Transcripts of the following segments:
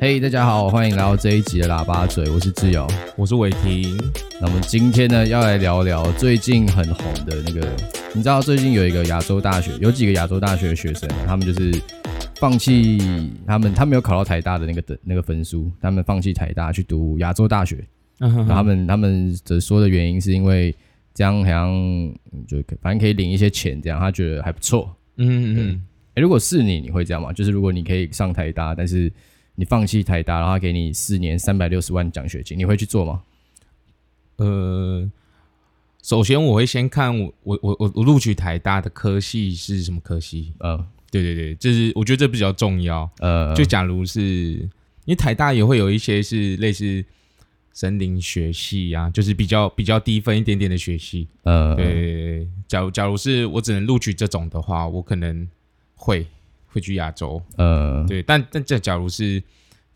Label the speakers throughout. Speaker 1: 嘿大家好，欢迎来到这一集的喇叭嘴，我是志尧。
Speaker 2: 我是伟霆，
Speaker 1: 那我们今天呢，要来聊聊最近很红的那个，你知道最近有一个亚洲大学，有几个亚洲大学的学生，他们就是放弃他们，他们有考到台大的那个等那个分数，他们放弃台大去读亚洲大学，
Speaker 2: 嗯
Speaker 1: 然后他们他们的说的原因是因为这样好像嗯就可反正可以领一些钱，这样他觉得还不错，
Speaker 2: 嗯嗯
Speaker 1: 欸，如果是你，你会这样吗？就是如果你可以上台大，但是你放弃台大，然后他给你四年三百六十万奖学金，你会去做吗？
Speaker 2: 嗯，呃，首先我会先看我我我我我录取台大的科系是什么科系？
Speaker 1: 呃
Speaker 2: 对对对，就是我觉得这比较重要。
Speaker 1: 呃，
Speaker 2: 就假如是因为台大也会有一些是类似森林学系啊，就是比较比较低分一点点的学系。
Speaker 1: 呃，
Speaker 2: 对，对对对假如假如是我只能录取这种的话，我可能会会去亚洲。
Speaker 1: 呃，
Speaker 2: 对，但但这假如是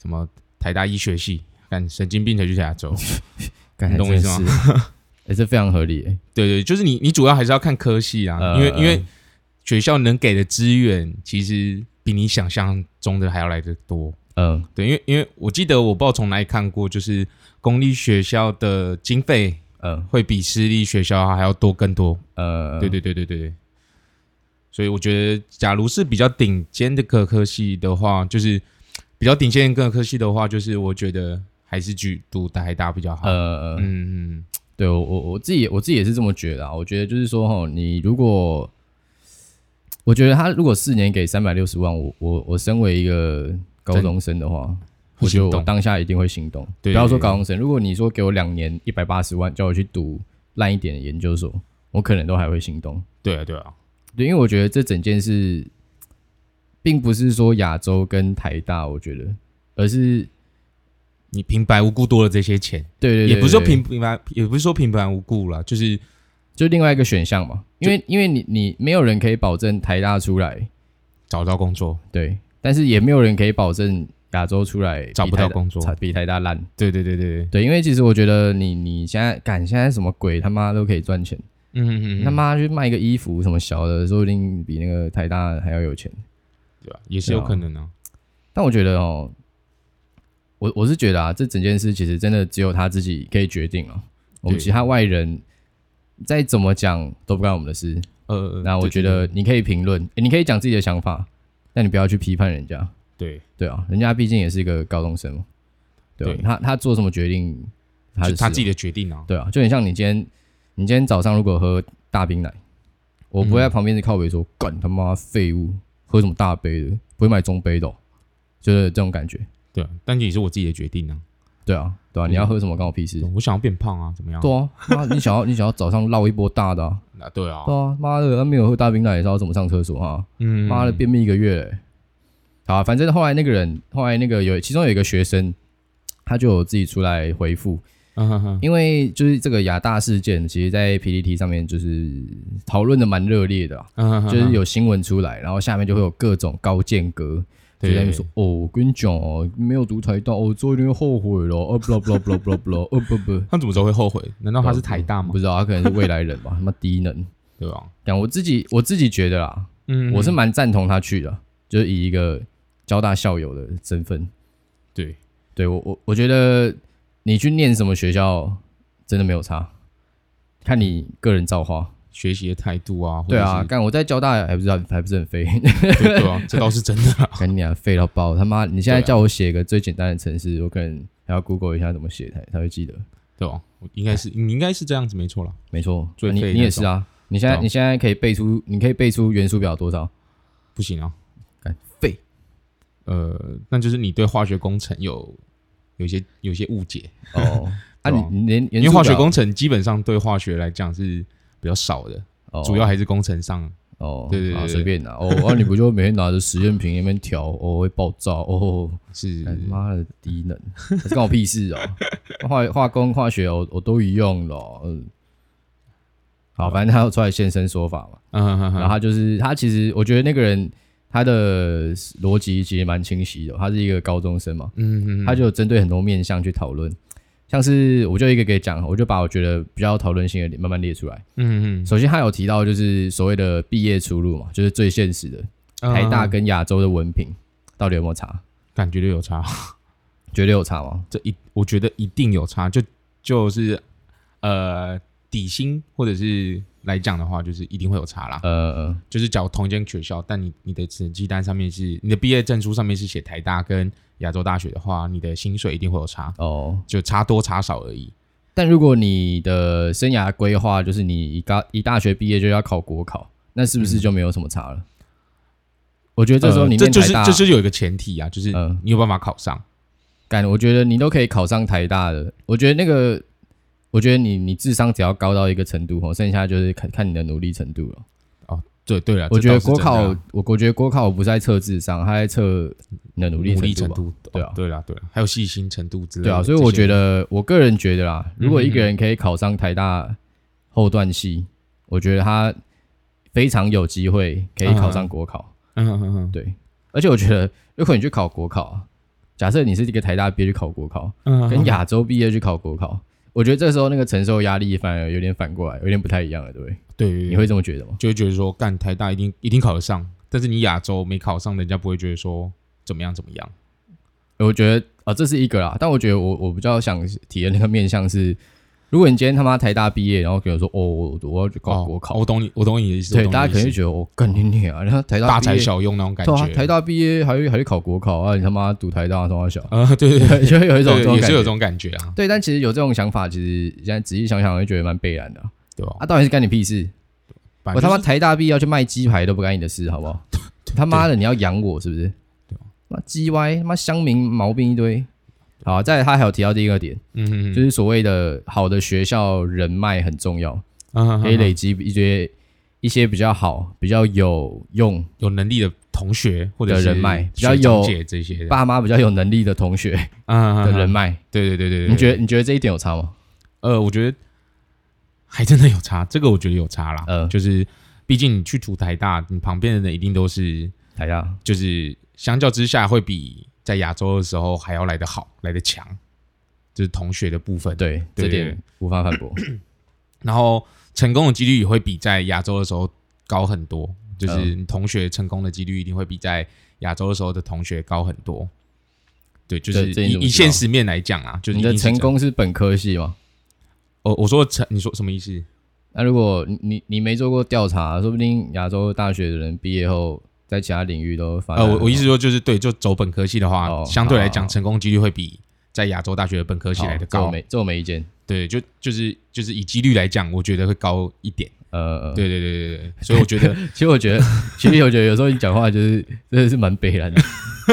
Speaker 2: 什么台大医学系，干神经病才去亚洲。
Speaker 1: 干
Speaker 2: 你懂我意思吗？
Speaker 1: 哎真的是 欸，这非常合理、欸。
Speaker 2: 对对，就是你，你主要还是要看科系啊，
Speaker 1: 呃
Speaker 2: 因为因为学校能给的资源其实比你想象中的还要来得多。
Speaker 1: 嗯、
Speaker 2: 对，因为因为我记得我不知道从哪里看过，就是公立学校的经费
Speaker 1: 嗯
Speaker 2: 会比私立学校还要多更多。
Speaker 1: 呃呃，
Speaker 2: 对对对对对对。所以我觉得，假如是比较顶尖的各科系的话，就是比较顶尖的各科系的话，就是我觉得还是去读台大比较好。
Speaker 1: 呃，呃
Speaker 2: 嗯嗯
Speaker 1: 对我我我自己也我自己也是这么觉得啊。我觉得就是说，哈，你如果我觉得他如果四年给三百六十万，我我我身为一个高
Speaker 2: 真
Speaker 1: 中生的话，
Speaker 2: 会
Speaker 1: 我觉得
Speaker 2: 心
Speaker 1: 我
Speaker 2: 动
Speaker 1: 当下一定会心动。
Speaker 2: 对
Speaker 1: 不要说
Speaker 2: 对对
Speaker 1: 高中生，如果你说给我两年一百八十万，叫我去读烂一点的研究所，我可能都还会心动。
Speaker 2: 对啊对啊，
Speaker 1: 对，因为我觉得这整件事，并不是说亚洲跟台大，我觉得，而是
Speaker 2: 你平白无故多了这些钱。
Speaker 1: 对对对
Speaker 2: 也不是说
Speaker 1: 对
Speaker 2: 平平白，也不是说平白无故啦，就是
Speaker 1: 就另外一个选项嘛，因为因为你你没有人可以保证台大出来，
Speaker 2: 找不到工作，
Speaker 1: 对，但是也没有人可以保证亚洲出来比
Speaker 2: 找不到
Speaker 1: 台大
Speaker 2: 工作
Speaker 1: 差比台大烂。
Speaker 2: 对对对对，对
Speaker 1: 对，因为其实我觉得你你现在干现在什么鬼他妈都可以赚钱。
Speaker 2: 嗯嗯嗯，
Speaker 1: 他妈去卖个衣服什么小的，说不定比那个台大还要有钱。
Speaker 2: 对吧？也是有可能啊，
Speaker 1: 但我觉得哦，我我是觉得啊，这整件事其实真的只有他自己可以决定啊。我们
Speaker 2: 对
Speaker 1: 其他外人再怎么讲都不干我们的事。
Speaker 2: 呃，
Speaker 1: 那我
Speaker 2: 对
Speaker 1: 觉
Speaker 2: 对
Speaker 1: 得你可以评论，诶你可以讲自己的想法，但你不要去批判人家。
Speaker 2: 对，
Speaker 1: 对啊，人家毕竟也是一个高中生嘛，对吧啊
Speaker 2: 对
Speaker 1: 他他做什么决定，他
Speaker 2: 就他自己
Speaker 1: 的事
Speaker 2: 的决定啊
Speaker 1: 啊。，对啊，就很像你今天你今天早上如果喝大冰奶，我不会
Speaker 2: 嗯
Speaker 1: 在旁边是靠北说干、他妈废物，喝什么大杯的，不会买中杯的哦、就是这种感觉。
Speaker 2: 对啊，但也是我自己的决定啊，
Speaker 1: 对啊，对啊，
Speaker 2: 嗯
Speaker 1: 你要喝什么关我屁事？
Speaker 2: 我想要变胖啊，怎么样？
Speaker 1: 对啊，妈，你想要你想要早上绕一波大的、 啊，
Speaker 2: 啊，对啊
Speaker 1: 对，啊，妈的，他没有喝大冰奶的时候怎么上厕所啊？
Speaker 2: 嗯，
Speaker 1: 妈的，便秘一个月、欸。好啊、反正后来那个人，后来那个有其中有一个学生，他就有自己出来回复，
Speaker 2: 嗯哼哼，
Speaker 1: 因为就是这个亚大事件，其实在 PPT 上面就是讨论的蛮热烈的、啊，
Speaker 2: 嗯哼哼
Speaker 1: 就是有新闻出来，然后下面就会有各种高见哥，就
Speaker 2: 对
Speaker 1: 在那边说：“哦，我跟你讲哦，没有读台大，哦，做一定会后悔了，哦，不啦不啦不啦不啦不啦，哦 不不，
Speaker 2: 他怎么时候会后悔？难道他是台大吗
Speaker 1: 不？知道，他可能是未来人吧，他妈低能。
Speaker 2: 对啊吧？
Speaker 1: 讲我自己，我自己觉得啊啦，
Speaker 2: 嗯
Speaker 1: 我是蛮赞同他去的，就是以一个交大校友的身份，
Speaker 2: 对，
Speaker 1: 对我我我觉得你去念什么学校真的没有差，看你个人造化。
Speaker 2: 学习的态度啊，或
Speaker 1: 对
Speaker 2: 者
Speaker 1: 啊，
Speaker 2: 是
Speaker 1: 干我在交大还不知道还不是很飞，
Speaker 2: 对对啊，这倒是真的啊，
Speaker 1: 赶紧啊废到爆！他妈，你现在
Speaker 2: 对啊
Speaker 1: 叫我写个最简单的程式，我可能还要 Google 一下怎么写才才会记得。
Speaker 2: 对吧？我应该是你应该是这样子没错啦。
Speaker 1: 没错，
Speaker 2: 最
Speaker 1: 你
Speaker 2: 废
Speaker 1: 你
Speaker 2: 那
Speaker 1: 也是啊，你现在
Speaker 2: 对啊
Speaker 1: 你现在可以背出，你可以背出元素表多少？
Speaker 2: 不行啊，
Speaker 1: 干废。
Speaker 2: 呃，那就是你对化学工程有有一些有一些误解，
Speaker 1: 哦， 啊，
Speaker 2: 对啊
Speaker 1: 你你连
Speaker 2: 因
Speaker 1: 元
Speaker 2: 为
Speaker 1: 素
Speaker 2: 化学
Speaker 1: 表
Speaker 2: 工程基本上对化学来讲是比较少的，
Speaker 1: 哦
Speaker 2: 主要还是工程上。
Speaker 1: 哦，
Speaker 2: 对对对
Speaker 1: 啊
Speaker 2: 对
Speaker 1: 随便拿哦，啊，你不就每天拿着实验品在那边调哦会爆炸哦，
Speaker 2: 是
Speaker 1: 干妈的低能，这关我屁事哦，化化工化学我我都一样了，嗯，好，反正他要出来现身说法嘛，
Speaker 2: 嗯哼哼
Speaker 1: 然后
Speaker 2: 哼，
Speaker 1: 他就是他其实我觉得那个人他的逻辑其实蛮清晰的，他是一个高中生嘛，
Speaker 2: 嗯哼哼，
Speaker 1: 他就有针对很多面向去讨论，像是我就一个一个讲，我就把我觉得比较有讨论性的慢慢列出来。
Speaker 2: 嗯哼
Speaker 1: 首先，他有提到就是所谓的毕业出路嘛，就是最现实的，
Speaker 2: 哼，
Speaker 1: 台大
Speaker 2: 嗯
Speaker 1: 跟亚洲的文凭到底有没有差？
Speaker 2: 感觉就有差，
Speaker 1: 绝对有差吗？
Speaker 2: 这一我觉得一定有差，就就是呃底薪或者是来讲的话，就是一定会有差啦。
Speaker 1: 呃呃，
Speaker 2: 就是假如同一间学校，但你你的成绩单上面是你的毕业证书上面是写台大跟亚洲大学的话，你的薪水一定会有差，
Speaker 1: 哦，
Speaker 2: 就差多差少而已。
Speaker 1: 但如果你的生涯规划就是你一大一大学毕业就要考国考，那是不是就没有什么差了？我觉得这时候
Speaker 2: 呃
Speaker 1: 你
Speaker 2: 嗯这
Speaker 1: 念
Speaker 2: 就是
Speaker 1: 台大，
Speaker 2: 这就是有一个前提啊，就是
Speaker 1: 嗯
Speaker 2: 你有办法考上。
Speaker 1: 干，我觉得你都可以考上台大的。我觉得那个，我觉得你你智商只要高到一个程度哦，剩下就是看看你的努力程度了。
Speaker 2: 对对了，
Speaker 1: 我觉得
Speaker 2: 这倒
Speaker 1: 国
Speaker 2: 是真的啊
Speaker 1: 考，我我觉得国考不是在测智商，它在测你的努力
Speaker 2: 努力
Speaker 1: 程
Speaker 2: 程
Speaker 1: 吧。
Speaker 2: 度，
Speaker 1: 对啊
Speaker 2: 哦对啦对啦，还有细心程度之类的
Speaker 1: 对
Speaker 2: 这
Speaker 1: 啊，
Speaker 2: 些。
Speaker 1: 所以我觉得，我个人觉得啦，如果一个
Speaker 2: 嗯嗯嗯
Speaker 1: 人可以考上台大后段系，我觉得他非常有机会可以考上国考。
Speaker 2: 嗯，嗯嗯
Speaker 1: 对，而且我觉得，如果你去考国考啊，假设你是一个台大毕业去考国考，
Speaker 2: 嗯，
Speaker 1: 跟
Speaker 2: 嗯
Speaker 1: 亚洲毕业去考国考，我觉得这时候那个承受压力反而有点反过来，有点不太一样了，对不对？
Speaker 2: 对对，对
Speaker 1: 你会这么觉得吗？
Speaker 2: 就会觉得说，干台大一定一定考得上，但是你亚洲没考上，人家不会觉得说怎么样怎么样。
Speaker 1: 我觉得啊、这是一个啦，但我觉得我我比较想体验那个面向是，如果你今天他妈台大毕业，然后跟我说哦，我我要去考国考，
Speaker 2: 哦我懂你，我懂你的意思。
Speaker 1: 对，
Speaker 2: 我懂你的
Speaker 1: 大家可能
Speaker 2: 意
Speaker 1: 会
Speaker 2: 思
Speaker 1: 觉得我干你你啊，然后台大
Speaker 2: 大
Speaker 1: 毕业
Speaker 2: 材小用那种感
Speaker 1: 对
Speaker 2: 觉。，
Speaker 1: 啊，台大毕业还还去考国考啊，你他妈读台大他妈小
Speaker 2: 啊， 对对对，
Speaker 1: 就会有一种这
Speaker 2: 对
Speaker 1: 种
Speaker 2: 也
Speaker 1: 感
Speaker 2: 是有
Speaker 1: 觉
Speaker 2: 这。种感觉啊，
Speaker 1: 对，但其实有这种想法，其实现在仔细想想，会觉得蛮悲然的啊
Speaker 2: 对吧
Speaker 1: 啊。？到底是干你屁事？
Speaker 2: 反
Speaker 1: 我
Speaker 2: 正
Speaker 1: 他妈
Speaker 2: 就是
Speaker 1: 台大毕业要去卖鸡排都不干你的事，好不 好？他妈的，你要养我是不是？
Speaker 2: 对
Speaker 1: 妈鸡歪，他妈乡民毛病一堆。好啊，再来他还有提到第一个点，
Speaker 2: 嗯嗯，
Speaker 1: 就是所谓的好的学校人脉很重要，
Speaker 2: 嗯
Speaker 1: 可以累积一些一些比较好、比较有用、
Speaker 2: 有能力的同学或者
Speaker 1: 的
Speaker 2: 是
Speaker 1: 人脉比较
Speaker 2: 学长
Speaker 1: 有
Speaker 2: 姐这些的
Speaker 1: 爸妈比较有能力的同学
Speaker 2: 嗯
Speaker 1: 的，人
Speaker 2: 嗯嗯
Speaker 1: 脉，
Speaker 2: 对对对对对，
Speaker 1: 你觉得你觉得这一点有差吗？
Speaker 2: 呃，我觉得还真的有差，这个我觉得有差啦。
Speaker 1: 嗯
Speaker 2: 就是毕竟你去读台大，你旁边的人一定都是，
Speaker 1: 台大
Speaker 2: 就是相较之下会比在亚洲的时候还要来得好，来得强，就是同学的部分。，
Speaker 1: 对这
Speaker 2: 对对
Speaker 1: 点
Speaker 2: 对
Speaker 1: 无法 反驳。
Speaker 2: 然后成功的几率也会比在亚洲的时候高很多，就是
Speaker 1: 嗯
Speaker 2: 你同学成功的几率一定会比在亚洲的时候的同学高很多。对，就是
Speaker 1: 这这你
Speaker 2: 以
Speaker 1: 怎么
Speaker 2: 以
Speaker 1: 知道
Speaker 2: 现实面来讲啊，就是
Speaker 1: 你
Speaker 2: 一
Speaker 1: 的
Speaker 2: 定是
Speaker 1: 成
Speaker 2: 这样，
Speaker 1: 功是本科系吗？
Speaker 2: 哦，我说成，你说什么意思？
Speaker 1: 那如果你你你没做过调查，说不定亚洲大学的人毕业后，在其他领域都发展
Speaker 2: 呃，
Speaker 1: 很好。
Speaker 2: 我我意思说就是对，就走本科系的话，
Speaker 1: 哦
Speaker 2: 相对来
Speaker 1: 好
Speaker 2: 讲
Speaker 1: 好
Speaker 2: 成功几率会比在亚洲大学的本科系来
Speaker 1: 好
Speaker 2: 的
Speaker 1: 这我
Speaker 2: 高。
Speaker 1: 没这我没意见。
Speaker 2: 对，就就是就是以几率来讲，我觉得会高一点。
Speaker 1: 呃，
Speaker 2: 对对对对对，所以我觉得
Speaker 1: 其实我 觉得，其实我觉得有时候你讲话就是真的是蛮悲 然的。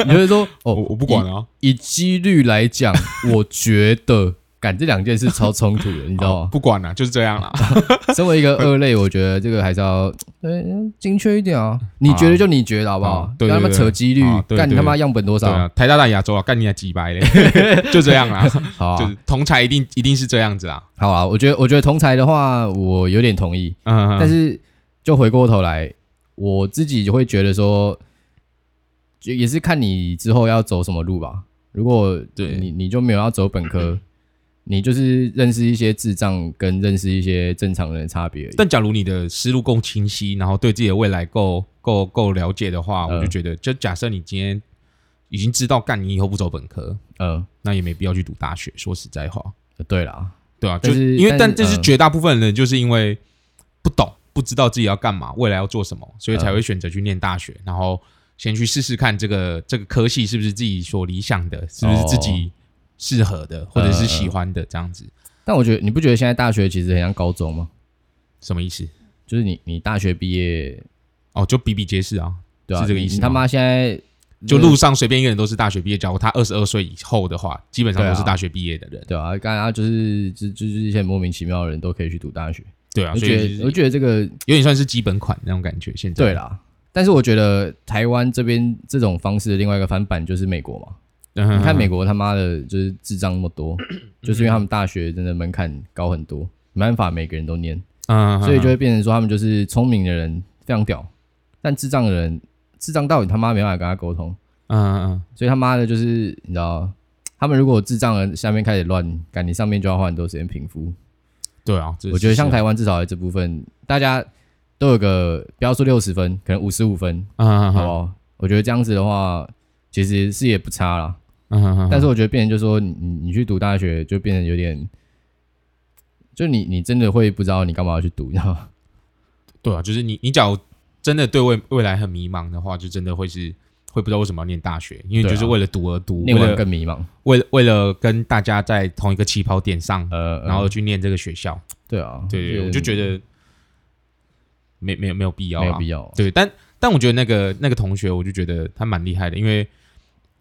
Speaker 1: 你就会说
Speaker 2: 我
Speaker 1: 哦，
Speaker 2: 我不管啊，
Speaker 1: 以几率来讲，我觉得 干这两件事超冲突的，你知道
Speaker 2: 哦
Speaker 1: 吗？
Speaker 2: 不管了，就是这样啦。
Speaker 1: 哦身为一个二类，我觉得这个还是 要呃精确一点啊。你觉得就你觉得好不好
Speaker 2: 啊？
Speaker 1: 不
Speaker 2: 对
Speaker 1: 要他妈
Speaker 2: 对对
Speaker 1: 扯几率
Speaker 2: 啊，对
Speaker 1: 干你他
Speaker 2: 对
Speaker 1: 妈样本多
Speaker 2: 对
Speaker 1: 少？
Speaker 2: 啊，台大大亚洲啊，干你啊几百嘞， 就这样 啦。
Speaker 1: 好啊
Speaker 2: 就是同才一定一定是这样子啦。
Speaker 1: 好啊，我觉得我觉得同才的话，我有点同意。
Speaker 2: 嗯，
Speaker 1: 但是就回过头来，我自己就会觉得说，就也是看你之后要走什么路吧。如果
Speaker 2: 对
Speaker 1: 你你就没有要走本 科，你就是认识一些智障跟认识一些正常人的差别而已。
Speaker 2: 但假如你的思路够清晰，然后对自己的未来够够够了解的话，我就
Speaker 1: 嗯
Speaker 2: 觉得，就假设你今天已经知道，干你以后不走本科，
Speaker 1: 嗯、
Speaker 2: 那也没必要去读大学。说实在话，
Speaker 1: 对啦，
Speaker 2: 对啊，
Speaker 1: 但
Speaker 2: 就是因为
Speaker 1: 但是
Speaker 2: 但这是
Speaker 1: 嗯
Speaker 2: 绝大部分人就是因为不懂，不知道自己要干嘛，未来要做什么，所以
Speaker 1: 呃
Speaker 2: 才会选择去念大学，然后先去试试看这个这个科系是不是自己所理想的，是不是自
Speaker 1: 哦
Speaker 2: 己适合的，或者是喜欢的这样子。
Speaker 1: 但我觉得你不觉得现在大学其实很像高中吗？
Speaker 2: 什么意思？
Speaker 1: 就是你你大学毕业，呃
Speaker 2: 哦，就比比皆是啊，
Speaker 1: 对啊，
Speaker 2: 是这个
Speaker 1: 你
Speaker 2: 意思
Speaker 1: 你他
Speaker 2: 吗
Speaker 1: 妈现在
Speaker 2: 就路上随便一个人都是大学毕业。假如他二十二岁以后的话，基本上都
Speaker 1: 对
Speaker 2: 是
Speaker 1: 啊
Speaker 2: 大学毕业的人。
Speaker 1: 对啊，刚刚就是就就是一些莫名其妙的人都可以去读大学，
Speaker 2: 对啊，
Speaker 1: 我
Speaker 2: 所
Speaker 1: 觉
Speaker 2: 以
Speaker 1: 得
Speaker 2: 就
Speaker 1: 我
Speaker 2: 是
Speaker 1: 觉得这个
Speaker 2: 有点算是基本款那种感觉。现在
Speaker 1: 对，啦，但是我觉得台湾这边这种方式的另外一个翻版就是美国嘛。
Speaker 2: 嗯
Speaker 1: 你看美国他妈的，就是智障那么 多，就是因为他们大学真的门槛高很多，没办法每个人都念，
Speaker 2: 嗯，
Speaker 1: 所以就会变成说他们就是聪明的人非常屌，但智障的人智障到底他妈没办法跟他沟通，
Speaker 2: 嗯嗯
Speaker 1: 所以他妈的就是你知道，他们如果智障了下面开始乱，感觉上面就要花很多时间平复。
Speaker 2: 对啊，这
Speaker 1: 我觉得
Speaker 2: 是
Speaker 1: 像台湾至少在这部分，大家都有个不要说六十分，可能五十五分，
Speaker 2: 嗯嗯嗯
Speaker 1: 好不好？我觉得这样子的话，其实是也不差啦。
Speaker 2: 嗯嗯哼哼
Speaker 1: 但是我觉得变成就是说，你你你去读大学就变成有点，就你你真的会不知道你干嘛要去读， 你知道吗？
Speaker 2: 对啊，就是你你假如真的对未未来很迷茫的话，就真的会是会不知道为什么要念大学，因为
Speaker 1: 对啊
Speaker 2: 就是为了读而读，
Speaker 1: 念
Speaker 2: 为
Speaker 1: 完
Speaker 2: 了
Speaker 1: 更迷茫。
Speaker 2: 为了为了跟大家在同一个起跑点上，
Speaker 1: 呃，呃
Speaker 2: 然后去念这个学校。
Speaker 1: 对啊，
Speaker 2: 对对，对我就觉得没没有没有必要、啊，
Speaker 1: 没有必要。
Speaker 2: 对，但但我觉得那个那个同学，我就觉得他蛮厉害的，因为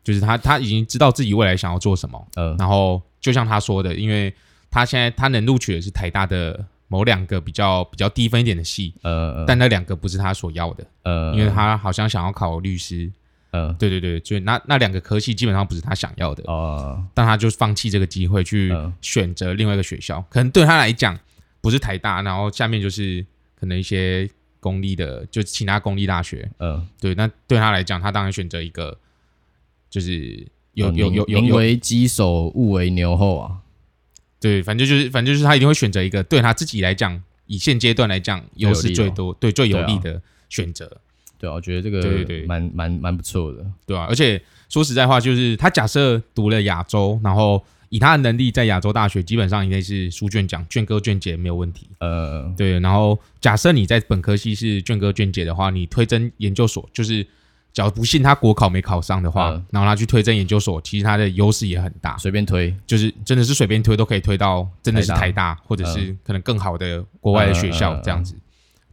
Speaker 2: 就是他他已经知道自己未来想要做什么，
Speaker 1: 呃，
Speaker 2: 然后就像他说的，因为他现在他能录取的是台大的某两个比较比较低分一点的系，
Speaker 1: 呃
Speaker 2: 但那两个不是他所要的，
Speaker 1: 呃，
Speaker 2: 因为他好像想要考律师，
Speaker 1: 呃
Speaker 2: 对对对，就那那两个科系基本上不是他想要的，
Speaker 1: 哦
Speaker 2: 但他就放弃这个机会去
Speaker 1: 嗯
Speaker 2: 选择另外一个学校，可能对他来讲不是台大，然后下面就是可能一些公立的，就其他公立大学，
Speaker 1: 呃，
Speaker 2: 对，那对他来讲，他当然选择一个就是有
Speaker 1: 呃
Speaker 2: 有
Speaker 1: 宁
Speaker 2: 有有
Speaker 1: 宁
Speaker 2: 有，
Speaker 1: 为鸡首，勿为牛后啊。
Speaker 2: 对，反正就是反正就是他一定会选择一个对他自己来讲，以现阶段来讲
Speaker 1: 有
Speaker 2: 优
Speaker 1: 利
Speaker 2: 势
Speaker 1: 的
Speaker 2: 最多，对最有
Speaker 1: 对啊
Speaker 2: 利的选择，
Speaker 1: 对啊，我觉得这个
Speaker 2: 对对对
Speaker 1: 蛮蛮蛮不错的。
Speaker 2: 对啊吧、而且说实在话，就是他假设读了亚洲，然后以他的能力，在亚洲大学基本上应该是书卷奖、卷哥、卷姐没有问题。
Speaker 1: 呃，
Speaker 2: 对，然后假设你在本科系是卷哥卷姐的话，你推甄研究所，就是假如不幸他国考没考上的话，
Speaker 1: 嗯
Speaker 2: 然后他去推甄研究所，其实他的优势也很大，
Speaker 1: 随便推，
Speaker 2: 就是真的是随便推都可以推到真的是
Speaker 1: 台嗯
Speaker 2: 台大，或者是可能更好的国外的学校
Speaker 1: 嗯嗯嗯
Speaker 2: 这样子。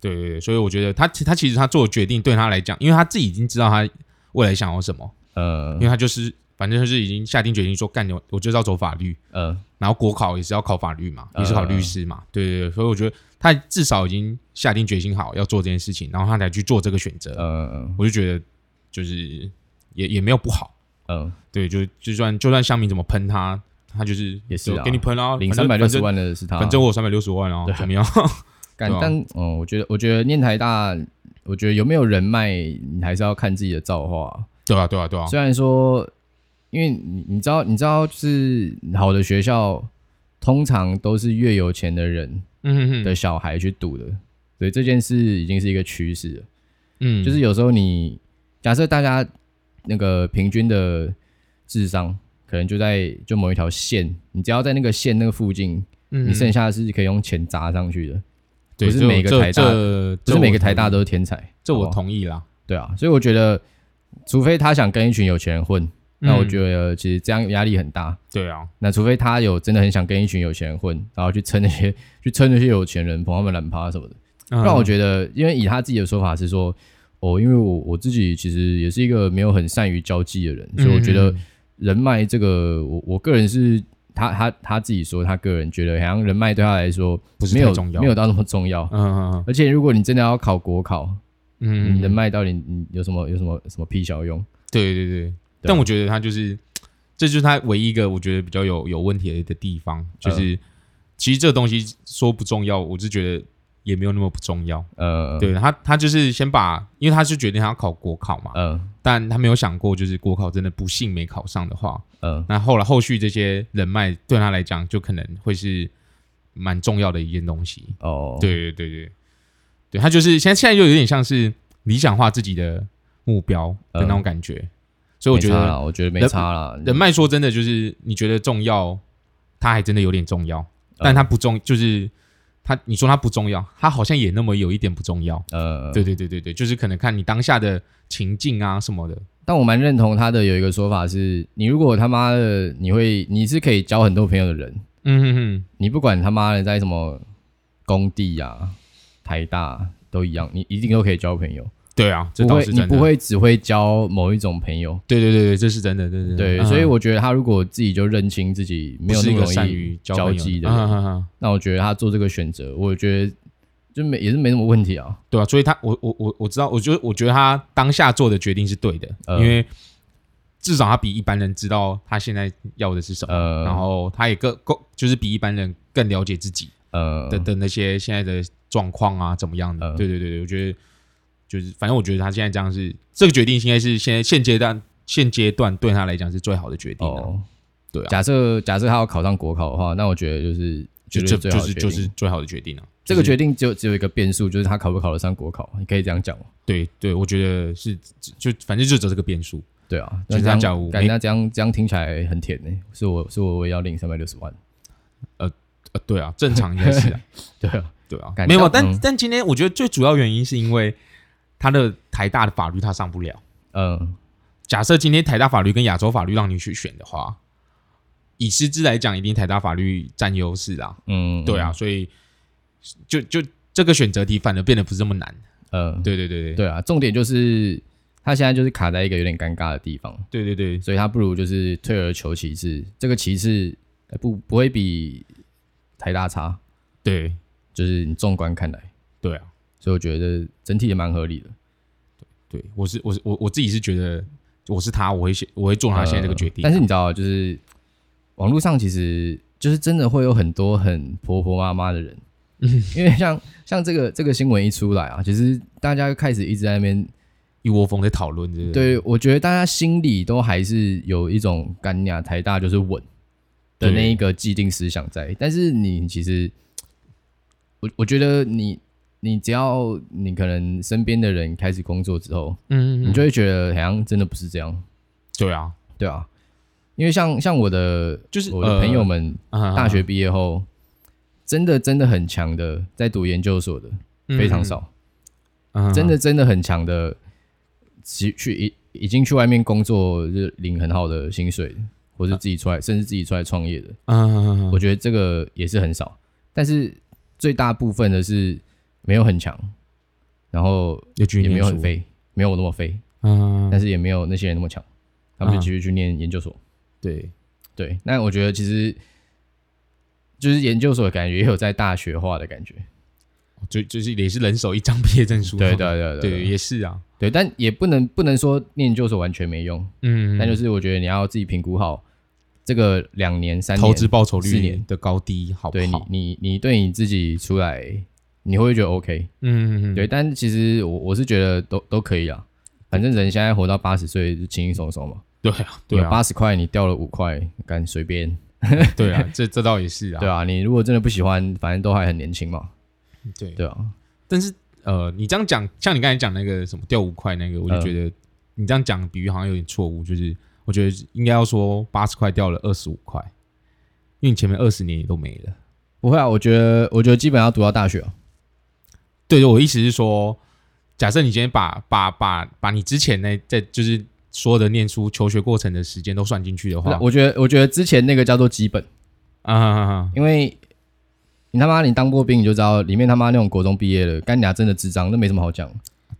Speaker 2: 对对对，所以我觉得他他其实他做的决定对他来讲，因为他自己已经知道他未来想要什么，
Speaker 1: 呃
Speaker 2: 因为他就是反正就是已经下定决心说干我我就是要走法律，
Speaker 1: 呃，
Speaker 2: 然后国考也是要考法律嘛，
Speaker 1: 嗯
Speaker 2: 也是考律师嘛，对对对，所以我觉得他至少已经下定决心好要做这件事情，然后他才去做这个选择，
Speaker 1: 呃
Speaker 2: 我就觉得就是也也没有不好，
Speaker 1: 呃，
Speaker 2: 对，就就算就算乡民怎么喷他，他就是
Speaker 1: 也是啊
Speaker 2: 就给你喷啊，
Speaker 1: 领
Speaker 2: 反正
Speaker 1: 三百六十，万的是他，
Speaker 2: 反正反正我有三百六十万啊，怎么样？
Speaker 1: 干
Speaker 2: 对啊
Speaker 1: 但嗯，我觉得我觉得念台大，我觉得有没有人脉，你还是要看自己的造化。
Speaker 2: 对啊，对啊，对啊，
Speaker 1: 虽然说，因为你你知道你知道，就是好的学校通常都是越有钱的人
Speaker 2: 嗯嗯
Speaker 1: 的小孩去读的，所以这件事已经是一个趋势了。
Speaker 2: 嗯，
Speaker 1: 就是有时候你假设大家那个平均的智商可能就在就某一条线，你只要在那个线那个附近，
Speaker 2: 你
Speaker 1: 你剩下的是可以用钱砸上去的，
Speaker 2: 嗯对，
Speaker 1: 不是
Speaker 2: 这
Speaker 1: 每个
Speaker 2: 这
Speaker 1: 台大
Speaker 2: 这
Speaker 1: 不
Speaker 2: 这
Speaker 1: 是
Speaker 2: 我
Speaker 1: 每个台
Speaker 2: 同
Speaker 1: 大
Speaker 2: 意
Speaker 1: 都是天才。
Speaker 2: 这我
Speaker 1: 好不好
Speaker 2: 同意啦，
Speaker 1: 对啊，所以我觉得，除非他想跟一群有钱人混，那我
Speaker 2: 嗯
Speaker 1: 觉得其实这样压力很大。
Speaker 2: 对啊，
Speaker 1: 那除非他有真的很想跟一群有钱人混，然后去撑那些 去撑那些有钱人，捧他们懒趴什么的。
Speaker 2: 让
Speaker 1: 不然我觉得，因为以他自己的说法是说，哦，因为我我自己其实也是一个没有很善于交际的
Speaker 2: 嗯
Speaker 1: 人，所以我觉得人脉这个，我我个人是他他他自己说，他个人觉得好像人脉对他来说
Speaker 2: 不是
Speaker 1: 没有
Speaker 2: 太重要
Speaker 1: 没有到那么重要。
Speaker 2: 嗯嗯
Speaker 1: 而且如果你真的要考国考，
Speaker 2: 嗯，
Speaker 1: 你人脉到底你有什么有什么什么屁小用？
Speaker 2: 对对啊对，但我觉得他就是，这就是他唯一一个我觉得比较有有问题的的地方，就是、其实这个东西说不重要，我是觉得也没有那么不重要。
Speaker 1: 呃，
Speaker 2: 对他，他就是先把，因为他是决定他要考国考嘛，
Speaker 1: 呃
Speaker 2: 但他没有想过，就是国考真的不幸没考上的话，
Speaker 1: 呃
Speaker 2: 那后来后续这些人脉对他来讲，就可能会是蛮重要的一件东西。
Speaker 1: 哦，
Speaker 2: 对对对对，对他就是现在现在就有点像是理想化自己的目标的那种感觉，所以我
Speaker 1: 嗯没
Speaker 2: 觉
Speaker 1: 差啦，
Speaker 2: 得
Speaker 1: 我觉得没
Speaker 2: 人
Speaker 1: 差啦，
Speaker 2: 人脉说真的就是你觉得重要，他还真的有点重要，
Speaker 1: 嗯
Speaker 2: 但他不重就是他你说他不重要，他好像也那么有一点不重要。
Speaker 1: 呃，
Speaker 2: 对对对对对，就是可能看你当下的情境啊什么的。
Speaker 1: 但我蛮认同他的有一个说法是，你如果他妈的你会你是可以交很多朋友的人，
Speaker 2: 嗯哼哼，
Speaker 1: 你不管他妈的在什么工地啊、台大都一样，你一定都可以交朋友，
Speaker 2: 对啊，这
Speaker 1: 不
Speaker 2: 倒
Speaker 1: 会
Speaker 2: 是
Speaker 1: 你
Speaker 2: 真的。
Speaker 1: 不，会只会交某一种朋友。
Speaker 2: 对对对对，这是真的，对对
Speaker 1: 对，
Speaker 2: 嗯
Speaker 1: 所以我觉得他如果自己就认清自己没有那
Speaker 2: 不是一
Speaker 1: 么
Speaker 2: 个
Speaker 1: 容
Speaker 2: 善
Speaker 1: 易
Speaker 2: 于
Speaker 1: 交
Speaker 2: 朋友
Speaker 1: 际的
Speaker 2: 嗯
Speaker 1: 人，
Speaker 2: 嗯嗯嗯
Speaker 1: 那我觉得他做这个选择，我觉得就没也是没什么问题啊。
Speaker 2: 对啊，所以他我我我我知道，我觉得我觉得他当下做的决定是对的，
Speaker 1: 呃
Speaker 2: 因为至少他比一般人知道他现在要的是什么，
Speaker 1: 呃
Speaker 2: 然后他也更够，就是比一般人更了解自己
Speaker 1: 呃，
Speaker 2: 的的那些现在的状况啊，怎么样的？
Speaker 1: 呃
Speaker 2: 对对对对，我觉得就是反正我觉得他现在这样是这个决定，应该是现在现阶段现阶段对他来讲是最好的决定、啊，
Speaker 1: 哦，
Speaker 2: 对啊
Speaker 1: 假设假设他要考上国考的话，那我觉得就是
Speaker 2: 就
Speaker 1: 绝
Speaker 2: 这
Speaker 1: 对最
Speaker 2: 就
Speaker 1: 好的
Speaker 2: 是
Speaker 1: 决
Speaker 2: 就
Speaker 1: 定
Speaker 2: 是最好的决定了、啊。
Speaker 1: 这个
Speaker 2: 就是
Speaker 1: 决定只有只有一个变数，就是他考不考得上国考，你可以这样讲吗
Speaker 2: 对对，我觉得是就就反正就只有这个变数。
Speaker 1: 对啊，那
Speaker 2: 就是
Speaker 1: 这
Speaker 2: 他
Speaker 1: 样
Speaker 2: 假如
Speaker 1: 感
Speaker 2: 没
Speaker 1: 觉那这样这样听起来很甜呢、欸是我是我我也要领三百六十万，
Speaker 2: 呃，对啊，正常应该是、啊，
Speaker 1: 对啊，
Speaker 2: 对啊，
Speaker 1: 感
Speaker 2: 没有，
Speaker 1: 觉
Speaker 2: 但
Speaker 1: 嗯
Speaker 2: 但今天我觉得最主要原因是因为他的台大的法律他上不了。
Speaker 1: 嗯，
Speaker 2: 假设今天台大法律跟亚洲法律让你去选的话，以师资来讲，一定台大法律占优势啦。
Speaker 1: 嗯，
Speaker 2: 对啊，，所以就就这个选择题反而变得不是这么难。
Speaker 1: 嗯，
Speaker 2: 对对对对
Speaker 1: 对啊，重点就是他现在就是卡在一个有点尴尬的地方，
Speaker 2: 对对对，
Speaker 1: 所以他不如就是退而求其次，这个其次呃不不会比台大差，
Speaker 2: 对
Speaker 1: 就是你纵观看来，
Speaker 2: 对啊，
Speaker 1: 所以我觉得整体也蛮合理的。
Speaker 2: 对我是我是我我自己是觉得我是他，我会先我会做他现在这个决定。
Speaker 1: 呃
Speaker 2: 啊
Speaker 1: 但是你知道，就是网络上其实就是真的会有很多很婆婆妈妈的人，
Speaker 2: 嗯
Speaker 1: 因为像像这个这个新闻一出来啊，其实大家开始一直在那边，
Speaker 2: 一窝蜂在讨论这个，
Speaker 1: 对我觉得大家心里都还是有一种干呀台大就是稳的
Speaker 2: 对
Speaker 1: 那一个既定思想在，但是你其实，我我觉得你。你只要你可能身边的人开始工作之后，
Speaker 2: 嗯，嗯嗯
Speaker 1: 你就会觉得好像真的不是这样，
Speaker 2: 对啊，
Speaker 1: 对啊，因为像像我的
Speaker 2: 就是
Speaker 1: 我的朋友们
Speaker 2: 啊
Speaker 1: 大学毕业后，真的真的很强的，在读研究所的非常，少，
Speaker 2: 嗯嗯嗯
Speaker 1: 真的真的很强的，去去已已经去外面工作，就是领很好的薪水，或是自己出来，甚至自己出来创业的，
Speaker 2: 嗯嗯嗯嗯
Speaker 1: 我觉得这个也是很少。但是最大部分的是没有很强，然后
Speaker 2: 有去
Speaker 1: 也没
Speaker 2: 念
Speaker 1: 有很
Speaker 2: 书，
Speaker 1: 飞，没有我那么飞，
Speaker 2: 嗯，嗯嗯
Speaker 1: 但是也没有那些人那么强，他们就
Speaker 2: 嗯
Speaker 1: 继续去念研究所。
Speaker 2: 对，
Speaker 1: 对，那我觉得其实就是研究所的感觉也有在大学化的感觉。
Speaker 2: 就就是也是人手一张毕 业证书，啊
Speaker 1: 对对对
Speaker 2: 对，
Speaker 1: 对
Speaker 2: 也是啊，
Speaker 1: 对，但也不能不能说念研究所完全没用，
Speaker 2: 嗯，
Speaker 1: 但就是是我觉得你要自己评估好这个两年三年
Speaker 2: 投资报酬
Speaker 1: 四
Speaker 2: 率
Speaker 1: 年
Speaker 2: 的高低好不
Speaker 1: 对你
Speaker 2: 好？
Speaker 1: 你你对你自己出来，你会觉得 OK？、
Speaker 2: 嗯，嗯嗯
Speaker 1: 对，但其实我我是觉得都都可以啦，反正人现在活到八十岁就轻轻松松嘛。
Speaker 2: 对啊，对啊，
Speaker 1: 八十块你掉了五块，敢随便，
Speaker 2: 对啊，这这倒也是啊，
Speaker 1: 对啊，你如果真的不喜欢，反正都还很年轻嘛，
Speaker 2: 对
Speaker 1: 对啊，
Speaker 2: 但是呃，你这样讲，像你刚才讲那个什么掉五块那个，我就
Speaker 1: 嗯
Speaker 2: 觉得你这样讲比喻好像有点错误，就是我觉得应该要说八十块掉了二十五块，因为你前面二十年也都没了。
Speaker 1: 不会啊，我觉得我觉得基本要读到大学、啊，
Speaker 2: 对，我意思是说，假设你今天把把把把你之前那在就是所有的念书求学过程的时间都算进去的
Speaker 1: 不是
Speaker 2: 话
Speaker 1: 啊，我觉得我觉得之前那个叫做基本，
Speaker 2: 啊啊啊啊
Speaker 1: 因为你他妈你当过兵你就知道，里面他妈那种国中毕业的干你娘真的智障，那没什么好讲。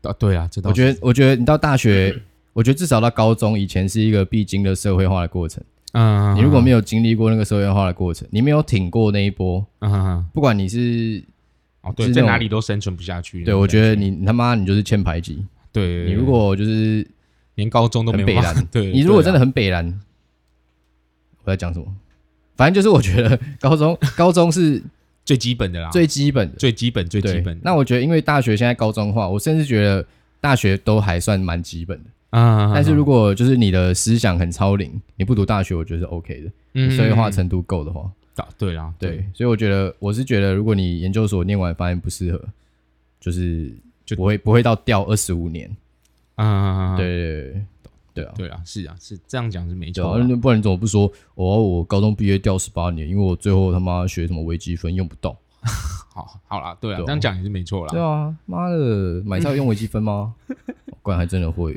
Speaker 2: 啊，对啊，这倒
Speaker 1: 我觉得我觉得你到大
Speaker 2: 嗯
Speaker 1: 学，我觉得至少到高中以前是一个必经的社会化的过程，
Speaker 2: 得，嗯，
Speaker 1: 你如果没有经历过那个社会化的过程，你没有挺过那一波，
Speaker 2: 嗯，嗯嗯
Speaker 1: 不管你是
Speaker 2: 哦，对，
Speaker 1: 是
Speaker 2: 在
Speaker 1: 那种
Speaker 2: 哪里都生存不下去。
Speaker 1: 对我觉得你你他妈你就是欠排挤，
Speaker 2: 对，对，
Speaker 1: 你
Speaker 2: 对
Speaker 1: 如果就是
Speaker 2: 连高中都没有
Speaker 1: 很北
Speaker 2: 办法，
Speaker 1: 蓝
Speaker 2: 对，
Speaker 1: 你如果
Speaker 2: 对
Speaker 1: 真
Speaker 2: 啊
Speaker 1: 的很北蓝，我在讲什么？反正就是我觉得高 中高中是
Speaker 2: 最基本的啦，
Speaker 1: 最基本的，
Speaker 2: 最基本啊最
Speaker 1: 对
Speaker 2: 基本的。
Speaker 1: 那我觉得，因为大学现在高中化，我甚至觉得大学都还算蛮基本的。
Speaker 2: 啊，
Speaker 1: 但是如果就是你的思想很超龄，你不读大学，我觉得是 OK 的。
Speaker 2: 嗯
Speaker 1: 社会化程度够的话，
Speaker 2: 啊对啦，
Speaker 1: 对，，所以我觉得我是觉得，如果你研究所念完发现不适合，就是
Speaker 2: 就
Speaker 1: 就不会不会到掉二十五年。
Speaker 2: 啊，
Speaker 1: 对对对对啊。
Speaker 2: 对啦，是啊，是这样讲是没
Speaker 1: 对啊
Speaker 2: 错啦，，
Speaker 1: 那不然你怎么不说？我、哦、我高中毕业掉十八年，因为我最后他妈学什么微积分用不到。
Speaker 2: 好，好啦，对啦，
Speaker 1: 对啊
Speaker 2: 这样讲也是没错
Speaker 1: 对
Speaker 2: 啦，
Speaker 1: 啊，妈的，买菜用微积分 吗？我管还真的会。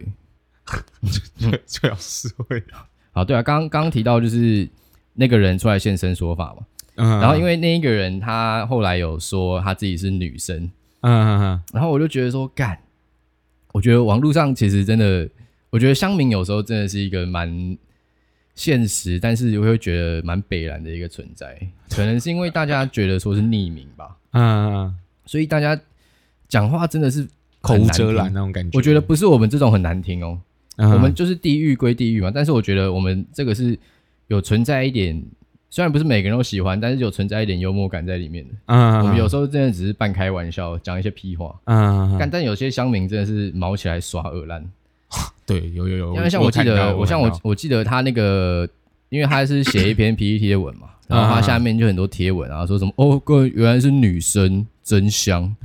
Speaker 2: 对，最好是会，
Speaker 1: 好，对啊，刚刚刚提到就是那个人出来现身说法嘛，
Speaker 2: 嗯
Speaker 1: 然后因
Speaker 2: 为，
Speaker 1: 为那一个人他后来有说他自己是女生，
Speaker 2: 嗯嗯嗯
Speaker 1: 然后我就觉得说干，我觉得网络上其实真的，我觉得乡民有时候真的是一个蛮现实，但是又会觉得蛮北然的一个存在，可能是因为大家觉得说是匿名吧，
Speaker 2: 嗯嗯，嗯
Speaker 1: 所以大家讲话真的是
Speaker 2: 口
Speaker 1: 很
Speaker 2: 无
Speaker 1: 难
Speaker 2: 遮拦
Speaker 1: 听。
Speaker 2: 那种感觉，
Speaker 1: 我觉得不是我们这种很难听哦，
Speaker 2: 嗯
Speaker 1: 我们就是地狱归地狱嘛。但是我觉得我们这个是有存在一点，虽然不是每个人都喜欢，但是有存在一点幽默感在里面的。
Speaker 2: 嗯，
Speaker 1: 我们有
Speaker 2: 嗯
Speaker 1: 时候真的只是半开玩笑，讲一些屁话。
Speaker 2: 嗯，嗯
Speaker 1: 但
Speaker 2: 嗯
Speaker 1: 但有些乡民真的是毛起来耍耳烂，
Speaker 2: 对，有有有，
Speaker 1: 因为像
Speaker 2: 我
Speaker 1: 我记
Speaker 2: 看到
Speaker 1: 得，我像
Speaker 2: 看
Speaker 1: 我
Speaker 2: 到
Speaker 1: 我记得他那个，因为他是写一篇 PPT 的文嘛，
Speaker 2: 嗯
Speaker 1: 然后他下面就很多贴文啊，说什么哦，各位原来是女生，真香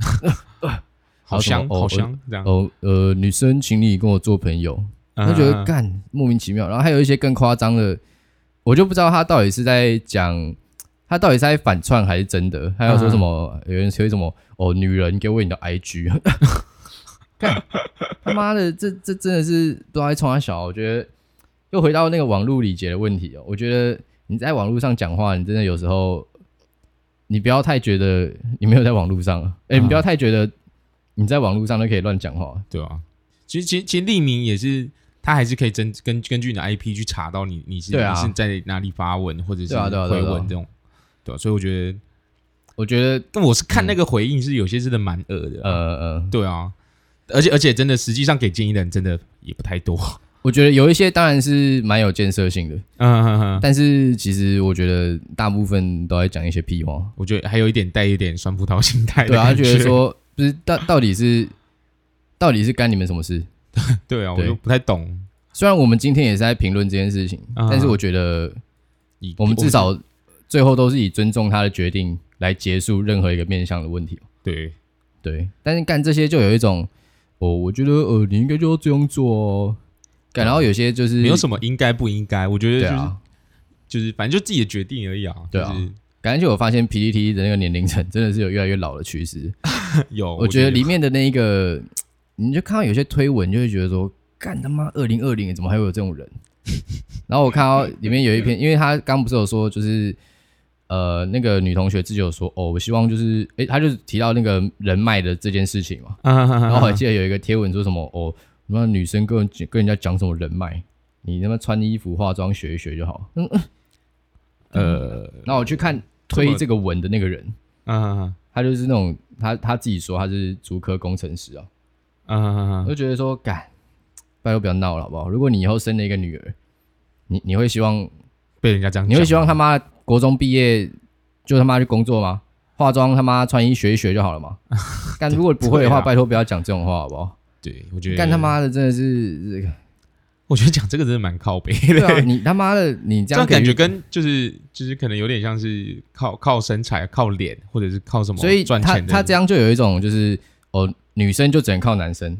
Speaker 2: 好香
Speaker 1: 哦
Speaker 2: 好
Speaker 1: 我
Speaker 2: 香这样，
Speaker 1: 哦，呃，女生请你跟我做朋友，
Speaker 2: 嗯
Speaker 1: 我觉
Speaker 2: 嗯
Speaker 1: 得
Speaker 2: 嗯
Speaker 1: 干莫名其妙。然后还有一些更夸张的，我就不知道他到底是在讲，他到底是在反串还是真的。还有说什么，有人说什么哦，女人给我你的 IG，干他妈的，这这真的是不知道在冲他小。啊我觉得又回到那个网络礼节的问题哦。我觉得你在网络上讲话，你真的有时候。你不要太觉得你没有在网络上，哎、你不要太觉得你在网络上都可以乱讲话，
Speaker 2: 对啊，其实其实其实匿名也是，他还是可以根根根据你的 IP 去查到你你是、
Speaker 1: 对啊
Speaker 2: 你是在哪里发文或者是
Speaker 1: 对啊对啊对啊
Speaker 2: 回
Speaker 1: 对啊
Speaker 2: 文这种，对啊所以我觉得，
Speaker 1: 我觉得
Speaker 2: 但我是看那个回应是有些真的蛮恶的、
Speaker 1: 呃呃，
Speaker 2: 对啊，而且而且真的实际上给建议的人真的也不太多，
Speaker 1: 我觉得有一些当然是蛮有建设性的，
Speaker 2: 嗯哼哼，
Speaker 1: 但是其实我觉得大部分都在讲一些屁话。
Speaker 2: 我觉得还有一点带一点酸葡萄心态的
Speaker 1: 对啊，他
Speaker 2: 感觉，
Speaker 1: 觉得说不是到到底是到底是干你们什么事？
Speaker 2: 对啊，我
Speaker 1: 对
Speaker 2: 就不太懂，
Speaker 1: 虽然我们今天也是在评论这件事情，
Speaker 2: 啊
Speaker 1: 但是我觉得
Speaker 2: 以
Speaker 1: 我们至少最后都是以尊重他的决定来结束任何一个面向的问题。
Speaker 2: 对
Speaker 1: 对，但是干这些就有一种，哦，我觉得呃，你应该就要这样做哦。干，然后有些就是
Speaker 2: 啊没有什么应该不应该，我觉得
Speaker 1: 对
Speaker 2: 就是、
Speaker 1: 啊，
Speaker 2: 就是反正就自己的决定而已啊，
Speaker 1: 对啊
Speaker 2: 就是
Speaker 1: 感觉就我发现 PPT E 的那个年龄层真的是有越来越老的趋势。
Speaker 2: 有，
Speaker 1: 哦我觉得里面的那一个，你就看到有些推文，就会觉得说，干他妈二零二零怎么还会有这种人？ 然后我看到里面有一篇，因为他刚不是有说，就是呃那个女同学自己有说，哦，我希望就是，诶，他就提到那个人脉的这件事情嘛。
Speaker 2: 啊，然
Speaker 1: 然后我还记得有一个贴文说什么，哦，那女生跟人跟人家讲什么人脉，你他妈穿衣服化妆学一学就好。 嗯，
Speaker 2: 呃，
Speaker 1: 然后我去看推嗯这个文的那个人，
Speaker 2: 嗯
Speaker 1: 他就是那种他他自己说他是足科工程师啊，
Speaker 2: 嗯
Speaker 1: 我就觉得说，干，拜托不要闹了好不好？如果你以后生了一个女儿，你你会希望
Speaker 2: 嗯被人家这样讲，
Speaker 1: 你会希望他妈国中毕业就他妈去工作吗？化妆他妈穿衣学一学就好了嘛？ 但如果不会的
Speaker 2: 对
Speaker 1: 话，
Speaker 2: 啊
Speaker 1: 拜托不要讲这种话好不好？
Speaker 2: 对我觉得
Speaker 1: 干他，妈的真的是，
Speaker 2: 我觉得讲这个真的蛮靠背
Speaker 1: 对啊，
Speaker 2: 的，
Speaker 1: 你他妈的你这
Speaker 2: 这
Speaker 1: 样
Speaker 2: 样
Speaker 1: 可以
Speaker 2: 感觉跟就是就是可能有点像是靠靠身材、靠脸或者是靠什么
Speaker 1: 所以
Speaker 2: 赚
Speaker 1: 他
Speaker 2: 钱的，
Speaker 1: 他这样就有一种就是哦，女生就只能靠男生。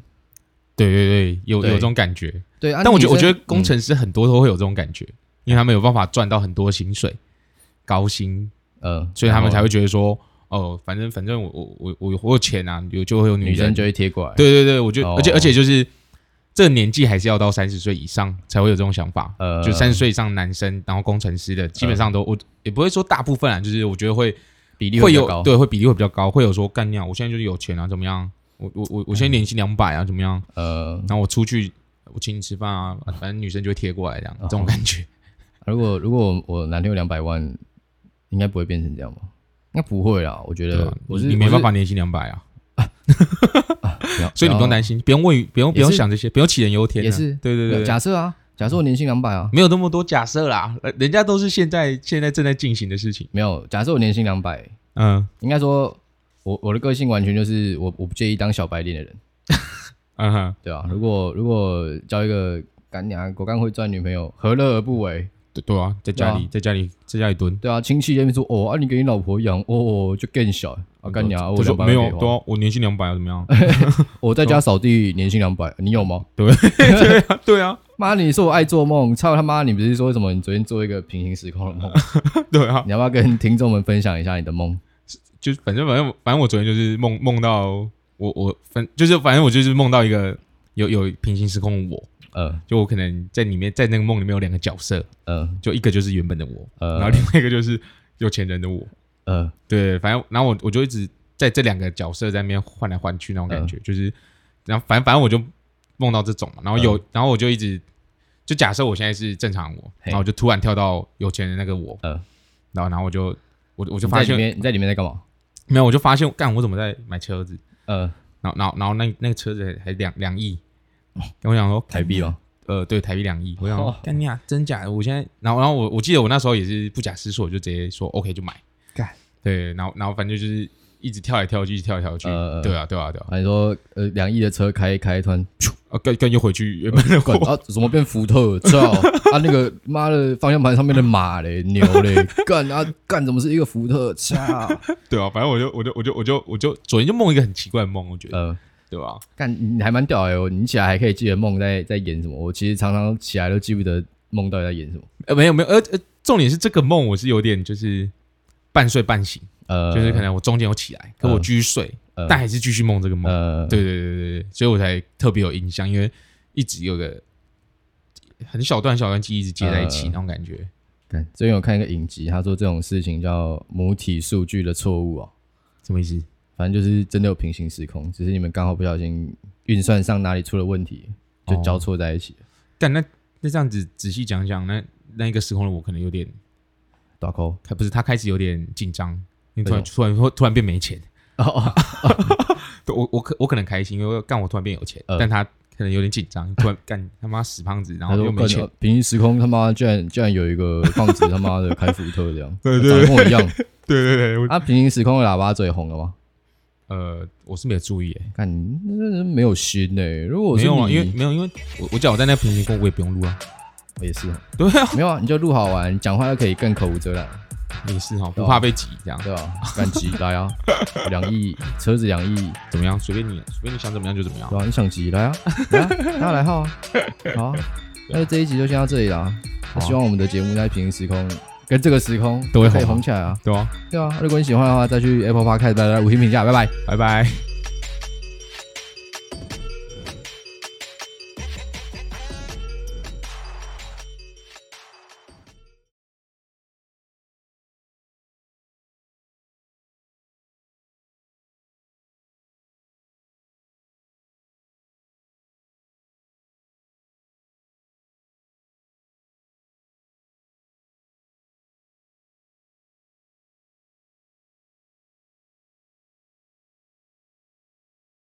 Speaker 2: 对对对，有
Speaker 1: 对
Speaker 2: 有这种感觉，
Speaker 1: 对啊，
Speaker 2: 但我觉得
Speaker 1: 女
Speaker 2: 我
Speaker 1: 生
Speaker 2: 觉得工程师很多都会有这种感觉，因为他们有办法赚到很多薪水、高薪，
Speaker 1: 嗯呃，
Speaker 2: 所以他们才
Speaker 1: 会
Speaker 2: 会觉得说哦，反正反正我我我我我有钱啊，有就会有
Speaker 1: 女
Speaker 2: 女
Speaker 1: 生
Speaker 2: 人
Speaker 1: 就会贴过来。
Speaker 2: 对对对，我觉得，
Speaker 1: 哦
Speaker 2: 而且而且就是这个年纪还是要到三十岁以上才会有这种想法。
Speaker 1: 呃
Speaker 2: 就三十岁以上男生，然后工程师的，基本上都、我也不会说大部分啊，就是我觉得会
Speaker 1: 比例
Speaker 2: 会
Speaker 1: 比较
Speaker 2: 有
Speaker 1: 高。
Speaker 2: 对会比例会比较高，会有说干掉，我现在就是有钱啊，怎么样？我我我我
Speaker 1: 嗯
Speaker 2: 现在年薪两百啊，怎么样？
Speaker 1: 呃，
Speaker 2: 然后我出去。我请你吃饭啊，反正女生就会贴过来这样，
Speaker 1: 哦
Speaker 2: 这种感觉。
Speaker 1: 如果如果我我男朋友两百万，应该不会变成这样吧？应该不会啦，我觉
Speaker 2: 对
Speaker 1: 得
Speaker 2: 吧
Speaker 1: 我是
Speaker 2: 你你没办法，年薪两百啊，
Speaker 1: 我是
Speaker 2: 所以你不用担。心，不用为不用不
Speaker 1: 哦
Speaker 2: 用
Speaker 1: 也是
Speaker 2: 想这些，不用杞人忧天啊。
Speaker 1: 也是
Speaker 2: 对对
Speaker 1: 不要
Speaker 2: 对，嗯
Speaker 1: 假设啊，假设我年薪两百啊，
Speaker 2: 没有那么多假设啦，呃人家都是现在现在正在进行的事情。
Speaker 1: 没有，假设我年薪两百，
Speaker 2: 嗯
Speaker 1: 应该说我我的个性完全就是我我不介意当小白脸的人，
Speaker 2: 嗯哼，
Speaker 1: 对吧、如果如果交一个干娘狗干会赚女朋友，何乐而不为？
Speaker 2: 对对啊，在家里，
Speaker 1: 对
Speaker 2: 在家里，在家里蹲。
Speaker 1: 对啊，亲戚那边说哦，啊你给你老婆养哦，就更小啊干娘，啊
Speaker 2: 他
Speaker 1: 我
Speaker 2: 说
Speaker 1: 两百
Speaker 2: 没
Speaker 1: 万
Speaker 2: 有
Speaker 1: 可以，花
Speaker 2: 对啊，我啊年薪两百啊，怎么样？
Speaker 1: 我在家扫地年薪两百，你有吗？
Speaker 2: 对啊，
Speaker 1: 妈，你说我爱做梦，操他妈！你不是说什么？你昨天做一个平行时空的 梦，
Speaker 2: 对啊，
Speaker 1: 你要不要跟听众们分享一下你的梦？
Speaker 2: 就是反正反正反正我昨天就是梦梦到我我反就是反正我就是梦到一个有有平行时空的我，
Speaker 1: 呃
Speaker 2: 就我可能在里面在那个梦里面有两个角色，
Speaker 1: 呃
Speaker 2: 就一个就是原本的我，然后
Speaker 1: 呃
Speaker 2: 另外一个就是有钱人的我。
Speaker 1: 呃，
Speaker 2: 对，反正然后我我就一直在这两个角色在那边换来换去那种感觉，
Speaker 1: 嗯
Speaker 2: 就是，然后反正反正我就梦到这种嘛，然后有、
Speaker 1: 嗯
Speaker 2: 然后我就一直就假设我现在是正常我，
Speaker 1: 嘿
Speaker 2: 然后我就突然跳到有钱人那个我，
Speaker 1: 嗯
Speaker 2: 然后然后我就我我
Speaker 1: 我
Speaker 2: 就发
Speaker 1: 里
Speaker 2: 现
Speaker 1: 面，你在里面在干嘛？
Speaker 2: 没有，我就发现干我怎么在买车子，
Speaker 1: 呃，
Speaker 2: 然后然后然后那那个车子还还两两亿，我想说
Speaker 1: 哦台币
Speaker 2: 哦，
Speaker 1: 吗？
Speaker 2: 呃对台币两亿，我想说
Speaker 1: 哦
Speaker 2: 干、你啊真假的，我现在然后然后我我记得我那时候也是不假思索就直接说 OK 就买，
Speaker 1: 干
Speaker 2: 对，然后然后反正就是一直跳来跳去，一直跳来跳去，
Speaker 1: 呃
Speaker 2: 对啊对啊对啊，
Speaker 1: 啊，你说呃两亿的车开开 突然，
Speaker 2: 啊跟跟又回去原本的
Speaker 1: 管
Speaker 2: 我，
Speaker 1: 啊怎么变福特？ 操啊那个妈的方向盘上面的马嘞牛嘞 干啊干怎么是一个福特？操
Speaker 2: 对啊，反正我就我就我就我就我就昨天就梦一个很奇怪的梦，我觉得
Speaker 1: 呃
Speaker 2: 对吧？
Speaker 1: 干，你还蛮屌哎、哦！你起来还可以记得梦在在演什么。我其实常常起来都记不得梦到底在演什么。
Speaker 2: 呃，没有没有，呃呃，重点是这个梦我是有点就是半睡半醒，
Speaker 1: 呃，
Speaker 2: 就是可能我中间有起来，可我
Speaker 1: 呃
Speaker 2: 继续睡，
Speaker 1: 呃
Speaker 2: 但还是继续梦这个梦。
Speaker 1: 呃，
Speaker 2: 对对对对对，所以我才特别有印象，因为一直有个很小段小段记忆一直接在一
Speaker 1: 呃
Speaker 2: 起、那种感觉。
Speaker 1: 干，最近有看一个影集，他说这种事情叫母体数据的错误哦。
Speaker 2: 什么意思？
Speaker 1: 反正就是真的有平行时空，只是你们刚好不小心运算上哪里出了问题，就
Speaker 2: 哦
Speaker 1: 交错在一起了。
Speaker 2: 但那那这样子仔细讲讲，那那一个时空的我可能有点，
Speaker 1: 打扣
Speaker 2: 开不是他开始有点紧张，因为突
Speaker 1: 哎呦
Speaker 2: 然突然突然变没钱。
Speaker 1: 哦，
Speaker 2: 对 我我可我可能开心，因为干我突然变有钱，
Speaker 1: 呃
Speaker 2: 但他可能有点紧张，突然干他妈死胖子，然
Speaker 1: 他
Speaker 2: 后
Speaker 1: 说
Speaker 2: 又没
Speaker 1: 干
Speaker 2: 钱，
Speaker 1: 平行时空他妈居然居然有一个胖子他妈的开福特这样，
Speaker 2: 对对对
Speaker 1: 长得跟我一样。
Speaker 2: 对对对，我
Speaker 1: 啊，平行时空的喇叭嘴红了吗？
Speaker 2: 呃，我是没有注意、欸，
Speaker 1: 看你真的没有心呢、如果我
Speaker 2: 没
Speaker 1: 是
Speaker 2: 有啊，
Speaker 1: 你
Speaker 2: 因为没有，因为我我讲我在那平行空，我也不用录啊，
Speaker 1: 我也是啊，
Speaker 2: 对啊，
Speaker 1: 没有啊，你就录好玩，讲话又可以更口无遮拦，
Speaker 2: 也是哈，
Speaker 1: 对
Speaker 2: 不
Speaker 1: 啊
Speaker 2: 怕被挤这样，
Speaker 1: 对吧、干急来啊，两亿车子两亿，
Speaker 2: 怎么样？随便你，随便你想怎么样就怎么样
Speaker 1: 对。吧、你想急 来啊，来啊，大家来号啊，好啊，那就这一集就先到这里啦。
Speaker 2: 好啊
Speaker 1: 希望我们的节目在平行时空跟这个时空
Speaker 2: 都会
Speaker 1: 可以
Speaker 2: 红啊
Speaker 1: 红起来啊，
Speaker 2: 对啊，
Speaker 1: 对啊。如果你喜欢的话，再去 Apple Podcast 大家五星评价，拜拜。
Speaker 2: 拜拜。